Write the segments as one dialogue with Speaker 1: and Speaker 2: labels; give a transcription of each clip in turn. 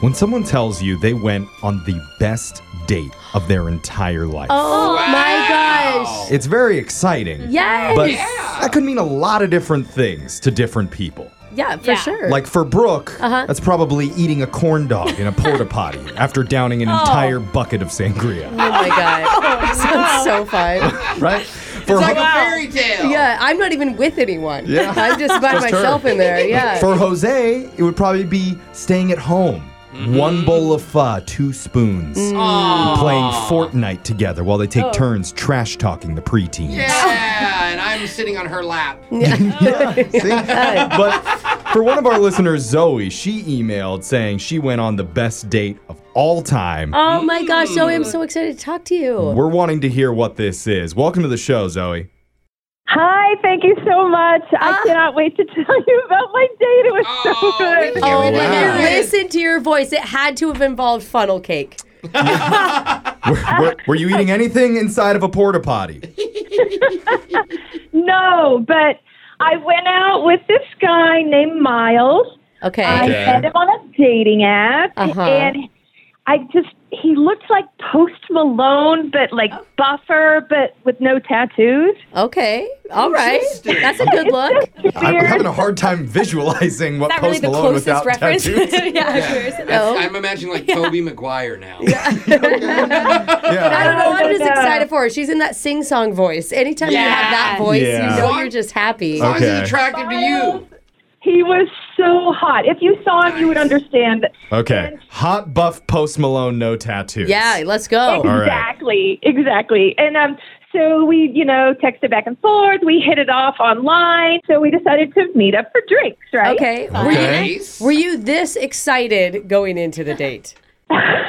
Speaker 1: When someone tells you they went on the best date of their entire life,
Speaker 2: Oh my gosh.
Speaker 1: it's very exciting.
Speaker 2: Yes.
Speaker 1: But that could mean a lot of different things to different people.
Speaker 2: yeah, for
Speaker 3: Yeah.
Speaker 2: sure.
Speaker 1: Like for Brooke, that's probably eating a corn dog in a porta potty after downing an entire bucket of sangria,
Speaker 2: oh my god. Sounds so fun.
Speaker 1: right? For
Speaker 4: Like
Speaker 1: Ho-
Speaker 4: a fairy tale.
Speaker 2: Yeah, I'm not even with anyone.
Speaker 1: Yeah.
Speaker 2: I'm just by
Speaker 1: Just her.
Speaker 2: myself in there. Yeah.
Speaker 1: for Jose, it would probably be staying at home. One bowl of pho, two spoons, playing Fortnite together while they take turns trash talking the preteens.
Speaker 4: Yeah, and I'm sitting on her lap.
Speaker 1: but for one of our listeners, Zoe, she emailed saying she went on the best date of all time.
Speaker 2: oh my gosh, Zoe, I'm so excited to talk to you.
Speaker 1: We're wanting to hear what this is. Welcome to the show, Zoe.
Speaker 5: Hi, thank you so much. I cannot wait to tell you about my date. It was
Speaker 4: Oh,
Speaker 5: so good.
Speaker 4: we
Speaker 2: Oh,
Speaker 4: can't
Speaker 2: and
Speaker 4: wait to
Speaker 1: wow.
Speaker 4: hear it.
Speaker 2: listen to your voice. It had to have involved funnel cake.
Speaker 1: Were, were- were you eating anything inside of a porta potty?
Speaker 5: No, but I went out with this guy named Miles.
Speaker 2: Okay.
Speaker 5: I
Speaker 1: Okay.
Speaker 5: met him on a dating app,
Speaker 2: Uh-huh.
Speaker 5: and I just, he looked like Post Malone, but like buffer, but with no tattoos.
Speaker 2: okay. All right.
Speaker 4: Interesting.
Speaker 2: That's a good look.
Speaker 1: I'm having a hard time visualizing what
Speaker 3: Not really
Speaker 1: Post
Speaker 3: the
Speaker 1: Malone
Speaker 3: closest
Speaker 1: without
Speaker 3: reference.
Speaker 1: tattoos.
Speaker 3: yeah, yours.
Speaker 2: No.
Speaker 4: I'm imagining like Toby Maguire now.
Speaker 2: I don't
Speaker 1: Yeah.
Speaker 2: know. I'm
Speaker 5: No, no,
Speaker 2: just
Speaker 5: no.
Speaker 2: excited for her. She's in that sing song voice. Anytime you have that
Speaker 3: Yeah.
Speaker 2: voice,
Speaker 1: Yeah.
Speaker 2: you know you're just happy.
Speaker 4: As long as
Speaker 1: Okay.
Speaker 4: he's attractive to you.
Speaker 5: He was so hot. If you saw him, you would understand.
Speaker 1: Okay. Hot buff Post Malone, no tattoos.
Speaker 2: Yeah, let's go.
Speaker 1: right.
Speaker 5: Oh. Exactly, exactly. And um, so we, you know, texted back and forth. We hit it off online. So we decided to meet up for drinks, right?
Speaker 2: Okay. Were you,
Speaker 1: Okay.
Speaker 4: Nice.
Speaker 2: were you this excited going into the date?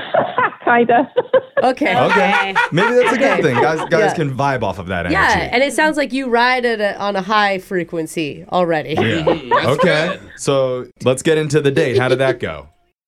Speaker 5: Kinda.
Speaker 2: Okay.
Speaker 1: Okay. Maybe that's a good thing. Guys, guys
Speaker 2: Yeah.
Speaker 1: can vibe off of that energy.
Speaker 2: Yeah, and it sounds like you ride at a, on a high frequency already.
Speaker 1: Yeah.
Speaker 4: That's
Speaker 1: Okay. So let's get into the date. How did that go?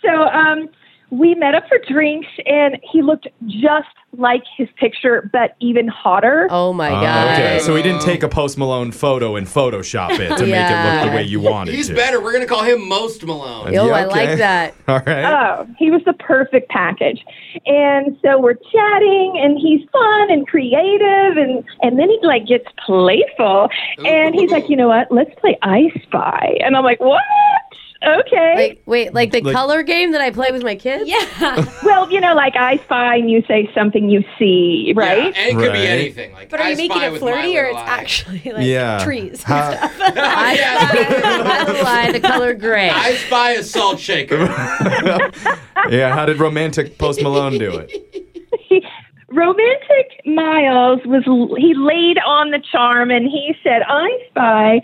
Speaker 5: so um, we met up for drinks, and he looked just like his picture, but even hotter.
Speaker 2: Oh my
Speaker 1: Oh,
Speaker 2: god.
Speaker 1: okay. So he didn't take a Post Malone photo and Photoshop it to make it look
Speaker 2: Yeah.
Speaker 1: the way you wanted
Speaker 4: He's
Speaker 1: to.
Speaker 4: better. We're gonna call him Most Malone.
Speaker 2: Yo,
Speaker 1: Yeah,
Speaker 2: I
Speaker 1: okay.
Speaker 2: like that.
Speaker 1: All right.
Speaker 5: Oh, he was the perfect package. And so we're chatting, and he's fun and creative, and and then he like gets playful, and he's like, you know what? Let's play I Spy, and I'm like, what? Okay.
Speaker 2: Like, wait, like the
Speaker 1: Like-
Speaker 2: color game that I play with my kids?
Speaker 3: Yeah.
Speaker 5: well, you know, like I Spy, and you say something you see,
Speaker 4: Yeah,
Speaker 5: right?
Speaker 4: and it could be
Speaker 1: Right.
Speaker 4: anything. Like,
Speaker 3: But are
Speaker 4: I
Speaker 3: you making
Speaker 4: spy
Speaker 3: it
Speaker 4: with
Speaker 3: flirty
Speaker 4: my
Speaker 3: or
Speaker 4: little
Speaker 3: it's
Speaker 4: eye.
Speaker 3: actually Oh, like
Speaker 1: yeah.
Speaker 3: trees?
Speaker 1: How-
Speaker 2: I
Speaker 4: Yeah.
Speaker 2: fly the color gray.
Speaker 4: I spy a salt
Speaker 1: Oh
Speaker 4: shaker.
Speaker 1: yeah. How did romantic Post Malone do it?
Speaker 5: He, romantic Miles was he laid on the charm, and he said, I Spy,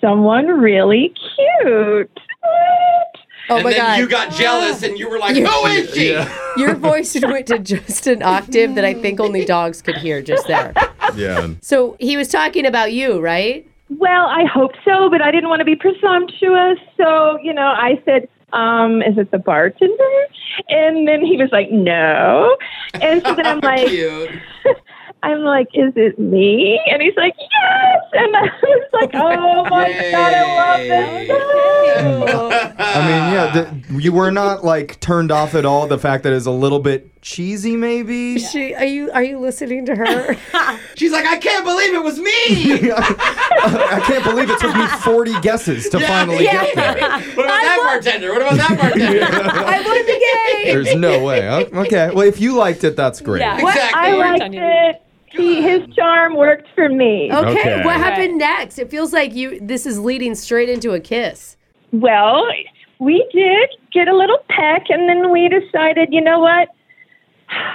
Speaker 5: someone really cute. What?
Speaker 2: oh
Speaker 4: and
Speaker 2: my
Speaker 4: then
Speaker 2: god.
Speaker 4: you got jealous and you were like, Who is she?
Speaker 2: Your voice went to just an octave that I think only dogs could hear just there.
Speaker 1: Yeah.
Speaker 2: So he was talking about you, right?
Speaker 5: Well, I hoped so, but I didn't want to be presumptuous. So, you know, I said, um, is it the bartender? And then he was like, no. And so then I'm like,
Speaker 4: Cute.
Speaker 5: I'm like, is it me? And he's like, yes. And I was like, oh my God,
Speaker 4: Yay.
Speaker 5: I love this.
Speaker 1: I mean, yeah. The, you were not like turned off at all. The fact that it's a little bit cheesy, maybe.
Speaker 2: She are you are you listening to her?
Speaker 4: She's like, I can't believe it was me.
Speaker 1: I can't believe it took me 40 guesses to finally get there.
Speaker 4: What about that bartender? What about that bartender?
Speaker 2: I want to be gay.
Speaker 1: There's no way. Oh, Okay. Well, if you liked it, that's great.
Speaker 3: Yeah.
Speaker 5: What
Speaker 4: Exactly.
Speaker 5: I
Speaker 4: Worked
Speaker 5: liked
Speaker 3: on you.
Speaker 5: it. He, his charm worked for me.
Speaker 2: Okay,
Speaker 1: Okay.
Speaker 2: what happened next? It feels like you this is leading straight into a kiss.
Speaker 5: Well, we did get a little peck, and then we decided, you know what?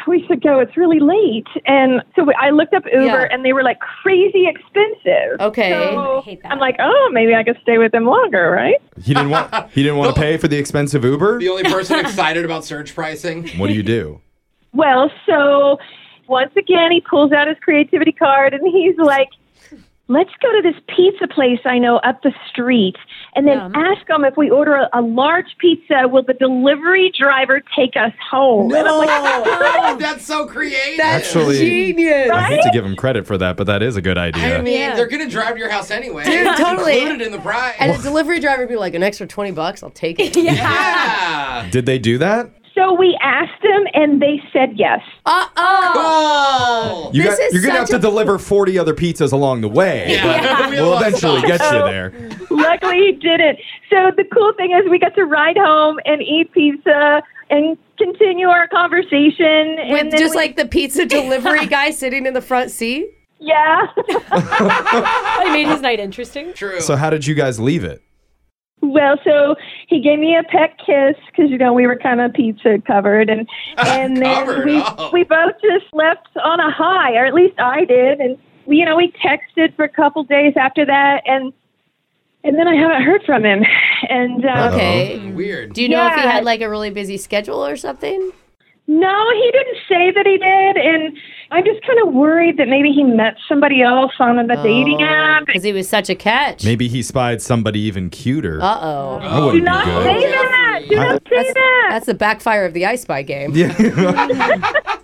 Speaker 5: We should go. It's really late. And so we, I looked up Uber,
Speaker 2: Yeah.
Speaker 5: and they were like crazy expensive.
Speaker 2: Okay.
Speaker 5: So
Speaker 3: I hate that.
Speaker 5: I'm like, oh, maybe I could stay with them longer, right?
Speaker 1: He didn't want. He didn't want to pay for the expensive Uber.
Speaker 4: the only person excited about surge pricing.
Speaker 1: What do you do?
Speaker 5: Well, so once again, he pulls out his creativity card, and he's like, let's go to this pizza place I know up the street. And then
Speaker 3: Yum.
Speaker 5: ask them if we order a, a large pizza, will the delivery driver take us home? And I'm like,
Speaker 4: That's so creative.
Speaker 1: Actually,
Speaker 2: Genius.
Speaker 1: I hate to give him credit for that, but that is a good
Speaker 4: I
Speaker 1: idea.
Speaker 4: mean,
Speaker 3: Yeah.
Speaker 4: they're gonna drive to your house anyway.
Speaker 2: Dude,
Speaker 4: It's
Speaker 2: totally.
Speaker 4: Included in the price.
Speaker 2: And a delivery driver would be like, an extra 20 bucks, I'll take it.
Speaker 3: yeah.
Speaker 4: yeah.
Speaker 1: Did they do that?
Speaker 5: So we asked them, and they said yes.
Speaker 2: Uh oh.
Speaker 4: Oh.
Speaker 1: You
Speaker 2: This is
Speaker 1: you're gonna
Speaker 2: such
Speaker 1: have to
Speaker 2: a-
Speaker 1: deliver 40 other pizzas along the way. but We'll eventually get you there.
Speaker 5: Luckily, he didn't. So the cool thing is, we got to ride home and eat pizza and continue our conversation. and
Speaker 2: With
Speaker 5: then
Speaker 2: just
Speaker 5: we-
Speaker 2: like the pizza delivery guy sitting in the front seat.
Speaker 5: yeah,
Speaker 3: I made his night interesting.
Speaker 4: True.
Speaker 1: So how did you guys leave it?
Speaker 5: well, so he gave me a pet kiss because you know we were kind of pizza covered, and and then
Speaker 4: Covered,
Speaker 5: we
Speaker 4: oh.
Speaker 5: we both just left on a high, or at least I did, and we you know we texted for a couple days after that, and and then I haven't heard from him, and
Speaker 1: Uh-huh.
Speaker 5: um,
Speaker 2: Okay.
Speaker 4: Weird.
Speaker 2: Do you know if he
Speaker 5: Yeah.
Speaker 2: had like a really busy schedule or something?
Speaker 5: No, he didn't say that he did, and I'm just kind of worried that maybe he met somebody else on a dating app.
Speaker 2: Because he was such a catch.
Speaker 1: Maybe he spied somebody even cuter.
Speaker 2: Uh oh.
Speaker 1: That
Speaker 5: Do
Speaker 1: wouldn't
Speaker 5: not
Speaker 1: be good.
Speaker 5: say that. Do not say that.
Speaker 2: That's the backfire of the I Spy game.
Speaker 1: Yeah.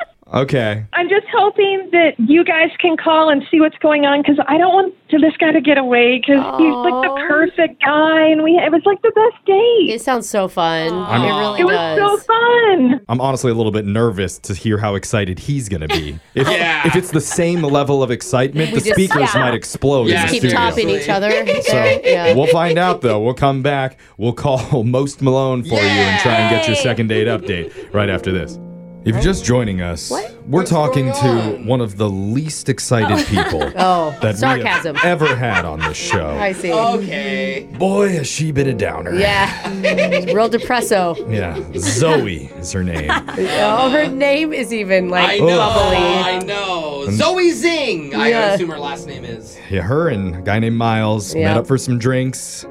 Speaker 1: okay.
Speaker 5: I'm just hoping that you guys can call and see what's going on because I don't want to this guy to get away because he's like
Speaker 2: Aw.
Speaker 5: the perfect guy, and we it was like the best date.
Speaker 2: It sounds so fun.
Speaker 3: Aw.
Speaker 2: It really
Speaker 5: it was
Speaker 2: does.
Speaker 5: so fun.
Speaker 1: I'm honestly a little bit nervous to hear how excited he's going to be. If,
Speaker 4: Yeah.
Speaker 1: if it's the same level of excitement, the
Speaker 2: just-
Speaker 1: speakers
Speaker 2: yeah.
Speaker 1: might explode in
Speaker 4: Yeah,
Speaker 1: the
Speaker 2: Keep
Speaker 1: studio.
Speaker 2: topping each other.
Speaker 1: So
Speaker 2: yeah.
Speaker 1: we'll find out though. We'll come back. We'll call Most Malone for you and try and get your second date update right after this. If you're just joining us, we're
Speaker 4: What's
Speaker 1: talking
Speaker 4: going
Speaker 1: to
Speaker 4: on?
Speaker 1: one of the least excited people
Speaker 2: Oh,
Speaker 1: that
Speaker 2: sarcasm.
Speaker 1: we have ever had on this
Speaker 2: I
Speaker 1: show.
Speaker 2: see.
Speaker 4: Oh. Okay.
Speaker 1: Boy, has she been a downer.
Speaker 2: Yeah. Real depresso.
Speaker 1: Yeah. Zoe is her name.
Speaker 2: Oh, her name is even
Speaker 4: I
Speaker 2: like
Speaker 4: know.
Speaker 2: bubbly.
Speaker 4: I know. Zoe Zing. I
Speaker 2: Yeah.
Speaker 4: assume her last name is.
Speaker 1: Yeah, her and a guy named Miles met
Speaker 2: Yeah.
Speaker 1: up for some drinks,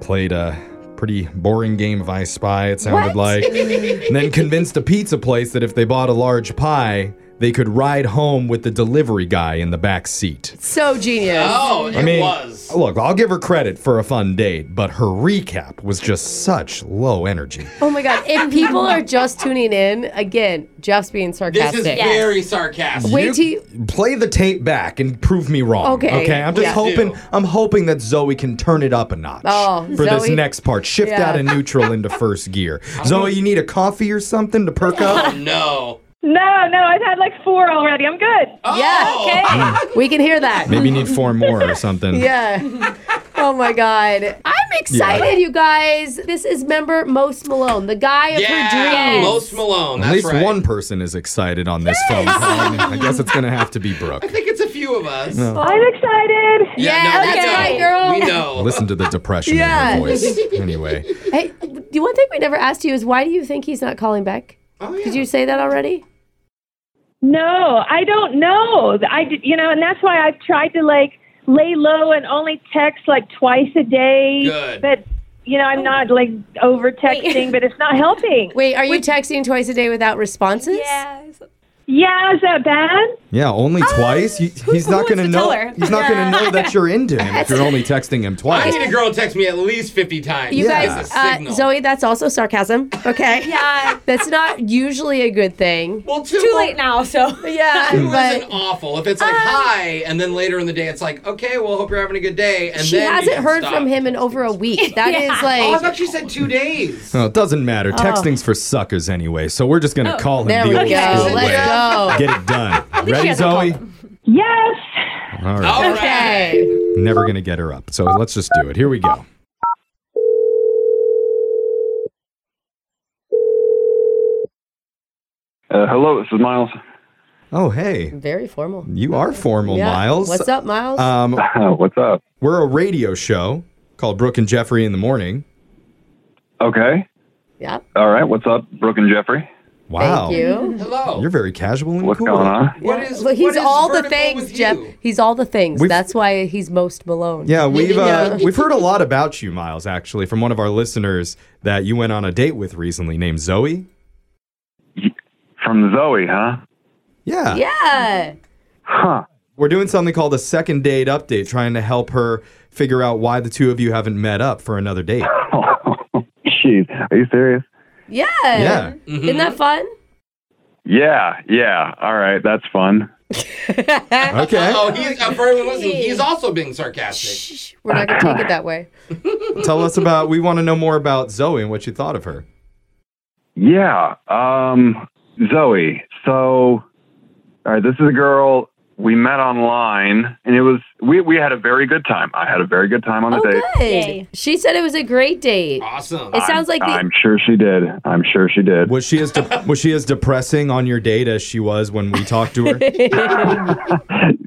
Speaker 1: played a pretty boring game of I Spy, it sounded like, and then convinced a pizza place that if they bought a large pie, they could ride home with the delivery guy in the back seat.
Speaker 2: So genius.
Speaker 4: Oh, it
Speaker 1: I mean,
Speaker 4: was.
Speaker 1: look, I'll give her credit for a fun date, but her recap was just such low energy.
Speaker 2: Oh my God. If people are just tuning in, again, Jeff's being
Speaker 4: This
Speaker 2: sarcastic.
Speaker 4: is very sarcastic.
Speaker 2: Wait till
Speaker 1: You play the tape back and prove me wrong.
Speaker 2: Okay.
Speaker 1: Okay. I'm just
Speaker 2: Yeah.
Speaker 1: hoping.
Speaker 4: Do.
Speaker 1: I'm hoping that Zoe can turn it up a notch
Speaker 2: Oh,
Speaker 1: for this
Speaker 2: Zoe-
Speaker 1: next part. Shift
Speaker 2: Yeah.
Speaker 1: out of neutral into first gear. Zoe, you need a coffee or something to perk
Speaker 4: Oh
Speaker 1: up.
Speaker 4: no.
Speaker 5: No, no, I've had like four already. I'm good.
Speaker 4: Oh,
Speaker 2: Yeah, we can hear that.
Speaker 1: Maybe you need four more or something.
Speaker 2: Yeah. Oh my God. I'm excited, you guys. This is member Most Malone, the guy of her
Speaker 4: Yeah.
Speaker 2: dreams.
Speaker 4: Most Malone. That's
Speaker 1: At least
Speaker 4: right.
Speaker 1: one person is excited on this phone call. I guess it's gonna have to be Brooke.
Speaker 4: I think it's a few of us.
Speaker 5: I'm excited.
Speaker 4: Yeah,
Speaker 2: Yeah,
Speaker 4: no, we
Speaker 2: that's
Speaker 4: know.
Speaker 2: right, girl.
Speaker 4: We know.
Speaker 1: Listen to the depression
Speaker 2: Yeah.
Speaker 1: in her voice. Anyway,
Speaker 2: hey, the one thing we never asked you is why do you think he's not calling back?
Speaker 4: Oh, yeah.
Speaker 2: Did you say that already?
Speaker 5: No, I don't know. I d- you know, and that's why I've tried to like lay low and only text like twice a day.
Speaker 4: Good.
Speaker 5: But you know, I'm not like over texting, but it's not helping.
Speaker 2: Wait, are you texting twice a day without responses?
Speaker 3: Yes.
Speaker 5: Yeah, is that bad?
Speaker 1: yeah, only twice. He- he's
Speaker 3: who
Speaker 1: not
Speaker 3: wants
Speaker 1: gonna
Speaker 3: to
Speaker 1: know.
Speaker 3: tell her?
Speaker 1: He's not gonna know that you're into him if you're only texting him
Speaker 4: I
Speaker 1: twice.
Speaker 4: need a girl to text me at least 50 times.
Speaker 2: You
Speaker 1: Yeah.
Speaker 2: guys,
Speaker 4: That's a
Speaker 2: uh,
Speaker 4: signal.
Speaker 2: Zoe, that's also sarcasm. Okay.
Speaker 3: Yeah.
Speaker 2: That's not usually a good thing.
Speaker 4: well, too,
Speaker 3: Too late now, so.
Speaker 2: Yeah,
Speaker 4: It wasn't
Speaker 2: but Um,
Speaker 4: awful. If it's like hi, and then later in the day it's like, okay, well, hope you're having a good day, and
Speaker 2: she
Speaker 4: then you
Speaker 2: hasn't
Speaker 4: can
Speaker 2: heard
Speaker 4: stop.
Speaker 2: from him in over a week. That is
Speaker 3: Yeah.
Speaker 4: Oh, I
Speaker 2: like
Speaker 4: thought she said two days.
Speaker 1: No, it doesn't matter. Texting's for suckers anyway, so we're just gonna call him
Speaker 2: Oh. there
Speaker 1: the
Speaker 2: we go.
Speaker 1: old school
Speaker 2: Let's
Speaker 1: way.
Speaker 2: go.
Speaker 1: Get it done. Ready,
Speaker 3: hasn't
Speaker 1: Zoe?
Speaker 5: Yes.
Speaker 1: All right.
Speaker 4: All right.
Speaker 2: Okay.
Speaker 6: Oh.
Speaker 1: Never gonna get her up. So let's just do it. Here we go.
Speaker 6: Uh, hello, this is Miles.
Speaker 1: Oh hey,
Speaker 2: Very formal.
Speaker 1: you are formal,
Speaker 2: Yeah.
Speaker 1: Miles.
Speaker 2: What's up, Miles?
Speaker 1: Um,
Speaker 6: What's up?
Speaker 1: we're a radio show called Brooke and Jeffrey in the morning.
Speaker 6: Okay.
Speaker 2: yep.
Speaker 6: All right. What's up, Brooke and Jeffrey?
Speaker 1: Wow.
Speaker 2: Thank you.
Speaker 4: Hello.
Speaker 1: are very casual and
Speaker 6: What's
Speaker 1: cool.
Speaker 6: going on?
Speaker 4: What
Speaker 2: Yeah.
Speaker 4: is-
Speaker 2: Look, he's
Speaker 4: what is
Speaker 2: all the
Speaker 4: vertical
Speaker 2: things,
Speaker 4: with
Speaker 2: Jeff.
Speaker 4: you?
Speaker 2: He's all the things.
Speaker 1: We've-
Speaker 2: That's why he's most Malone.
Speaker 1: Yeah, we've uh,
Speaker 2: Yeah.
Speaker 1: we've heard a lot about you, Miles. Actually, from one of our listeners that you went on a date with recently, named Zoe.
Speaker 6: From Zoe, huh?
Speaker 1: Yeah.
Speaker 2: Yeah.
Speaker 6: Huh.
Speaker 1: We're doing something called a second date update, trying to help her figure out why the two of you haven't met up for another date.
Speaker 6: Jeez, are you serious?
Speaker 2: Yeah.
Speaker 1: Yeah.
Speaker 2: Isn't
Speaker 4: Mm-hmm.
Speaker 2: that fun?
Speaker 6: Yeah, yeah. All right, that's fun.
Speaker 1: Okay.
Speaker 4: Oh, he's uh, for everyone listening, he's also being sarcastic.
Speaker 2: Shh, We're not gonna take it that way.
Speaker 1: Tell us about. We want to know more about Zoe and what you thought of her.
Speaker 6: Yeah. Um, Zoe. So, all right, this is a girl we met online, and it was we we had a very good time. I had a very good time on the
Speaker 2: Oh,
Speaker 6: date.
Speaker 2: good.
Speaker 3: Yay.
Speaker 2: She said it was a great date.
Speaker 4: Awesome.
Speaker 2: It sounds like the.
Speaker 6: I'm sure she did. I'm sure she did.
Speaker 1: Was she as de- was she as depressing on your date as she was when we talked to her?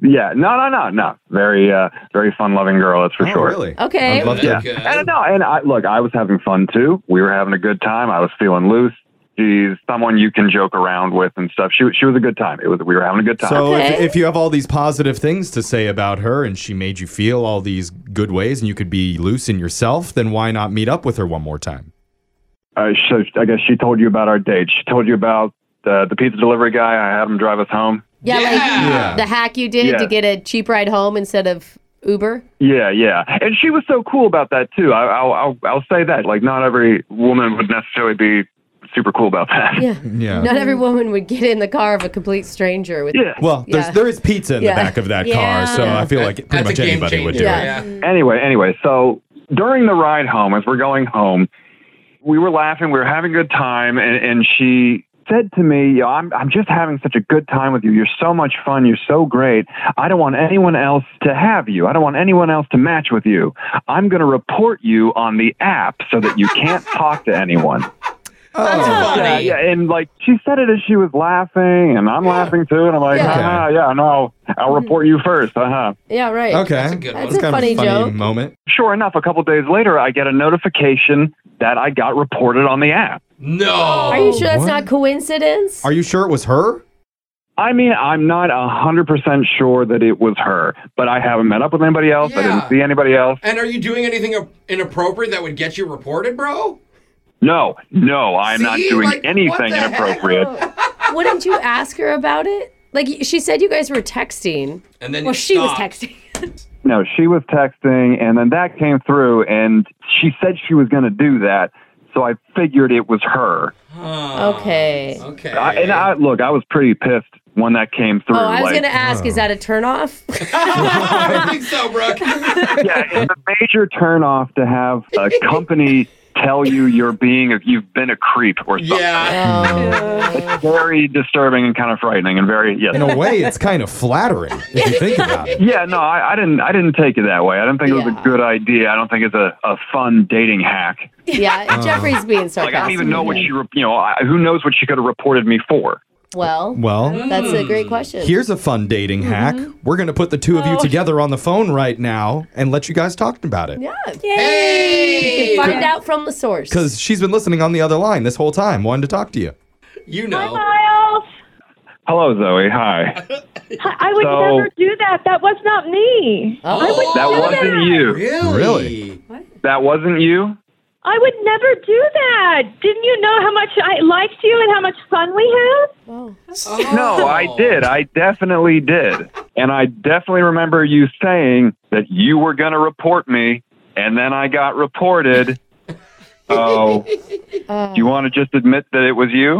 Speaker 6: Yeah. No, no, no, no. Very, uh, very fun-loving girl. That's for
Speaker 1: Oh,
Speaker 6: sure.
Speaker 1: really?
Speaker 2: okay.
Speaker 1: I'd love
Speaker 6: Yeah.
Speaker 1: to.
Speaker 4: Good.
Speaker 6: And no, and I look, I was having fun too. We were having a good time. I was feeling loose. She's someone you can joke around with and stuff. She was- she was a good time. It was we were having a good time.
Speaker 1: So if,
Speaker 2: Okay.
Speaker 1: if you have all these positive things to say about her and she made you feel all these good ways and you could be loose in yourself, then why not meet up with her one more time?
Speaker 6: Uh, so I guess she told you about our date. She told you about uh, the pizza delivery guy. I had him drive us home.
Speaker 2: Yeah, like
Speaker 4: Yeah.
Speaker 2: the hack you did
Speaker 6: Yeah.
Speaker 2: to get a cheap ride home instead of Uber.
Speaker 6: Yeah, yeah. And she was so cool about that too. I, I'll, I'll I'll say that. Like not every woman would necessarily be super cool about that.
Speaker 2: Yeah.
Speaker 1: Yeah.
Speaker 2: Not every woman would get in the car of a complete stranger with.
Speaker 6: Yeah.
Speaker 1: Well, there's,
Speaker 2: Yeah.
Speaker 1: there is pizza in
Speaker 2: Yeah.
Speaker 1: the back of that car,
Speaker 3: Yeah.
Speaker 1: so I feel like pretty
Speaker 4: That's
Speaker 1: much
Speaker 4: a game
Speaker 1: anybody would do
Speaker 4: changer,
Speaker 1: it.
Speaker 4: Yeah.
Speaker 6: Anyway, anyway, so during the ride home, as we're going home, we were laughing, we were having a good time, and, and she said to me, "Yo, I'm, I'm just having such a good time with you. You're so much fun. You're so great. I don't want anyone else to have you. I don't want anyone else to match with you. I'm going to report you on the app so that you can't talk to anyone."
Speaker 1: Oh.
Speaker 4: That's
Speaker 6: Yeah,
Speaker 4: funny.
Speaker 6: yeah, and like she said it as she was laughing, and I'm laughing too, and I'm like,
Speaker 2: Yeah.
Speaker 6: "Ah, yeah, no, I'll report you first, uh huh."
Speaker 2: Yeah, right.
Speaker 1: Okay.
Speaker 4: That's a good one.
Speaker 2: That's a
Speaker 1: kind
Speaker 2: funny
Speaker 1: of a funny
Speaker 2: joke.
Speaker 1: moment.
Speaker 6: sure enough, a couple days later, I get a notification that I got reported on the app.
Speaker 2: Are
Speaker 4: No.
Speaker 2: you sure that's
Speaker 1: What?
Speaker 2: not coincidence?
Speaker 1: Are you sure it was her?
Speaker 6: I mean, I'm not 100% sure that it was her, but I haven't met up with anybody else. I
Speaker 4: Yeah.
Speaker 6: didn't see anybody else.
Speaker 4: And are you doing anything inappropriate that would get you reported, bro?
Speaker 6: No, no, I'm not
Speaker 4: See?
Speaker 6: doing
Speaker 4: Like, what
Speaker 6: anything
Speaker 4: the heck?
Speaker 6: inappropriate.
Speaker 2: Wouldn't you ask her about it? Like y- she said, you guys were texting.
Speaker 4: And then
Speaker 3: Well,
Speaker 4: you
Speaker 3: she was
Speaker 4: stop.
Speaker 3: texting.
Speaker 6: No, she was texting, and then that came through, and she said she was going to do that. So I figured it was her.
Speaker 4: Huh.
Speaker 2: Okay.
Speaker 4: Okay.
Speaker 6: Uh, I, and I look, I was pretty pissed when that came through.
Speaker 2: Oh, I was
Speaker 6: like,
Speaker 2: gonna ask, is that a turnoff?
Speaker 4: I think so, Brooke.
Speaker 6: yeah, it's a major turnoff to have a company tell you you're being a, you've been a creep or something.
Speaker 4: yeah.
Speaker 2: oh.
Speaker 6: Very disturbing and kind of frightening and very yes.
Speaker 1: In a way, it's kind of flattering if you think about it.
Speaker 6: yeah, no, I, I didn't. I didn't take it that way. I didn't think it was
Speaker 2: Yeah.
Speaker 6: a good idea. I don't think it's a, a fun dating hack.
Speaker 2: Yeah,
Speaker 1: Oh.
Speaker 2: Jeffrey's being sarcastic.
Speaker 6: Like I don't even know what she, re- you know, I, who knows what she could have reported me for.
Speaker 2: Well,
Speaker 1: Well,
Speaker 2: that's a great question.
Speaker 1: here's a fun dating
Speaker 2: Mm-hmm.
Speaker 1: hack. We're going to put the two
Speaker 2: Oh.
Speaker 1: of you together on the phone right now and let you guys talk about it.
Speaker 2: yeah,
Speaker 4: Hey.
Speaker 2: find out from the source.
Speaker 1: Because she's been listening on the other line this whole time, wanting to talk to you.
Speaker 4: You know.
Speaker 5: Miles,
Speaker 6: Hello, Zoe. Hi.
Speaker 5: I would
Speaker 6: So-
Speaker 5: never do that. That was not me.
Speaker 2: Oh.
Speaker 6: That wasn't you.
Speaker 4: Really?
Speaker 1: Really?
Speaker 6: That wasn't you.
Speaker 5: I would never do that. Didn't you know how much I liked you and how much fun we had?
Speaker 2: Wow.
Speaker 4: Oh.
Speaker 6: No, I did. I definitely did. And I definitely remember you saying that you were going to report me, and then I got reported. Oh, do you want to just admit that it was you?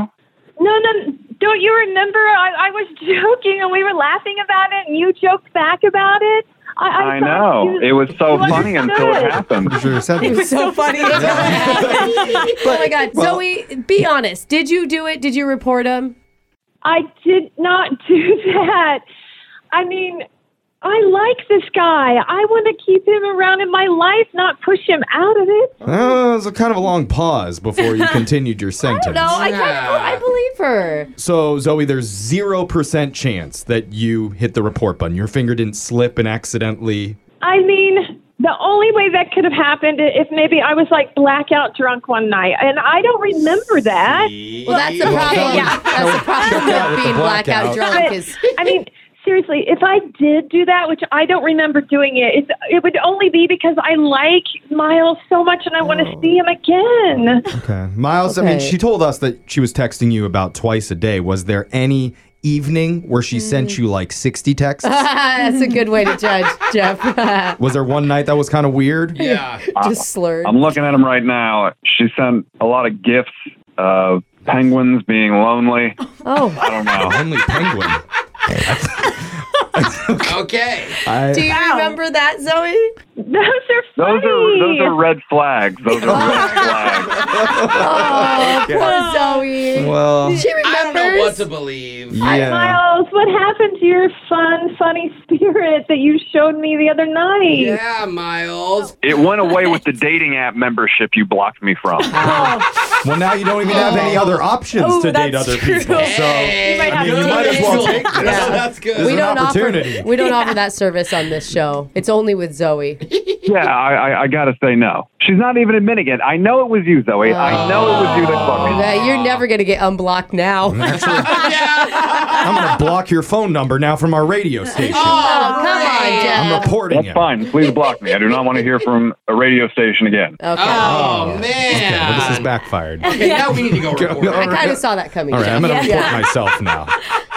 Speaker 5: No, no, don't you remember? I, I was joking and we were laughing about it and you joked back about it. I, I,
Speaker 6: I
Speaker 5: thought
Speaker 6: know.
Speaker 5: You,
Speaker 6: It was so funny until it
Speaker 5: understood.
Speaker 6: happened.
Speaker 1: Pretty sure you said that.
Speaker 2: so funny. oh my God, Zoe, be honest. Did you do it? Did you report him?
Speaker 5: I did not do that. I mean, I like this guy. I want to keep him around in my life, not push him out of it.
Speaker 1: Uh, it was a kind of a long pause before you continued your sentence.
Speaker 2: No, I kind of,
Speaker 4: Yeah.
Speaker 2: I believe her.
Speaker 1: So, Zoe, there's 0% chance that you hit the report button. Your finger didn't slip and accidentally.
Speaker 5: I mean, the only way that could have happened i- if maybe I was like blackout drunk one night, and I don't remember that.
Speaker 2: Well, that's the problem. Yeah, that's the problem with being
Speaker 1: blackout.
Speaker 2: blackout drunk is
Speaker 5: I mean, seriously, if I did do that, which I don't remember doing it, it's, it would only be because I like Miles so much and I want to see him again.
Speaker 1: Okay. Miles, I mean,
Speaker 2: Okay.
Speaker 1: she told us that she was texting you about twice a day. Was there any evening where she
Speaker 2: Mm.
Speaker 1: sent you like 60 texts?
Speaker 2: that's a good way to judge, Jeff.
Speaker 1: was there one night that was kind of weird?
Speaker 4: Yeah.
Speaker 2: Just slurred.
Speaker 6: I'm looking at him right now. She sent a lot of gifts of penguins being lonely.
Speaker 2: Oh,
Speaker 6: I don't know.
Speaker 1: Only penguin.
Speaker 4: Okay.
Speaker 1: I,
Speaker 2: do you remember that, Zoe?
Speaker 5: Those are funny.
Speaker 6: Those are those are red flags. Those are red flags.
Speaker 2: Oh, poor Zoe.
Speaker 1: Well,
Speaker 2: She remembers.
Speaker 4: I don't know what to believe.
Speaker 1: Yeah.
Speaker 5: Hi, Miles, what happened to your fun, funny spirit that you showed me the other night?
Speaker 4: Yeah, Miles.
Speaker 6: It went away with the dating app membership you blocked me from.
Speaker 1: well, now you don't even have any other options
Speaker 3: Oh,
Speaker 1: to date
Speaker 3: that's
Speaker 1: other
Speaker 3: true.
Speaker 1: people. So
Speaker 4: Hey,
Speaker 3: You might
Speaker 1: I mean, you
Speaker 3: have to
Speaker 1: might
Speaker 3: take
Speaker 1: as
Speaker 3: it.
Speaker 1: well take
Speaker 4: No,
Speaker 1: this.
Speaker 4: that's good.
Speaker 1: There's
Speaker 2: we
Speaker 1: an
Speaker 2: don't
Speaker 1: opportunity.
Speaker 2: offer we don't offer that service on this show. It's only with Zoe.
Speaker 6: yeah, I, I, I gotta say no. She's not even admitting it. I know it was you, Zoe. I know it was you that fucked me.
Speaker 2: That- You're never gonna get unblocked now. oh,
Speaker 1: I'm going to block your phone number now from our
Speaker 2: Oh.
Speaker 1: radio station.
Speaker 2: come on,
Speaker 1: I'm
Speaker 2: Jeff.
Speaker 1: reporting
Speaker 6: That's
Speaker 1: you.
Speaker 6: fine. Please block me. I do not want to hear from a radio station again.
Speaker 2: Okay.
Speaker 4: Oh,
Speaker 1: Okay, well,
Speaker 4: man.
Speaker 1: this is backfired.
Speaker 4: Okay, now we need to go
Speaker 1: Go-
Speaker 4: report.
Speaker 1: all
Speaker 4: it.
Speaker 1: right.
Speaker 2: I kind of saw that coming.
Speaker 1: All right,
Speaker 2: Jeff.
Speaker 1: I'm going to
Speaker 2: Yeah.
Speaker 1: report myself now.